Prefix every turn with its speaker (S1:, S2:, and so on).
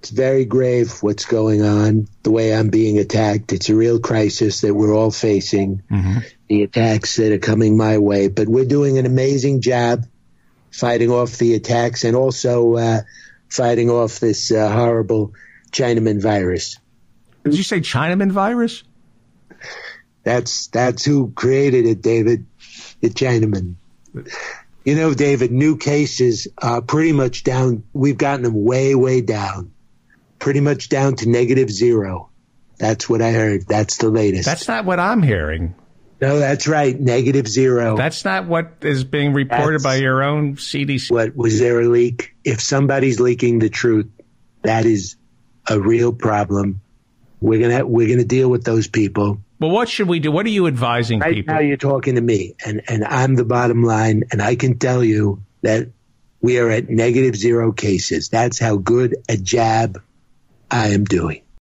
S1: It's very grave what's going on, the way I'm being attacked. It's a real crisis that we're all facing, mm-hmm. the attacks that are coming my way. But we're doing an amazing job fighting off the attacks and also uh, fighting off this uh, horrible Chinaman virus.
S2: Did you say Chinaman virus?
S1: That's that's who created it, David, the Chinaman. You know, David, new cases are pretty much down. We've gotten them way, way down, pretty much down to negative zero. That's what I heard. That's the latest.
S2: That's not what I'm hearing.
S1: No, that's right. Negative zero.
S2: That's not what is being reported that's by your own CDC.
S1: What was there a leak? If somebody's leaking the truth, that is a real problem. We're gonna we're gonna deal with those people.
S2: Well, what should we do? What are you advising
S1: right
S2: people?
S1: Now you're talking to me, and and I'm the bottom line, and I can tell you that we are at negative zero cases. That's how good a jab I am doing.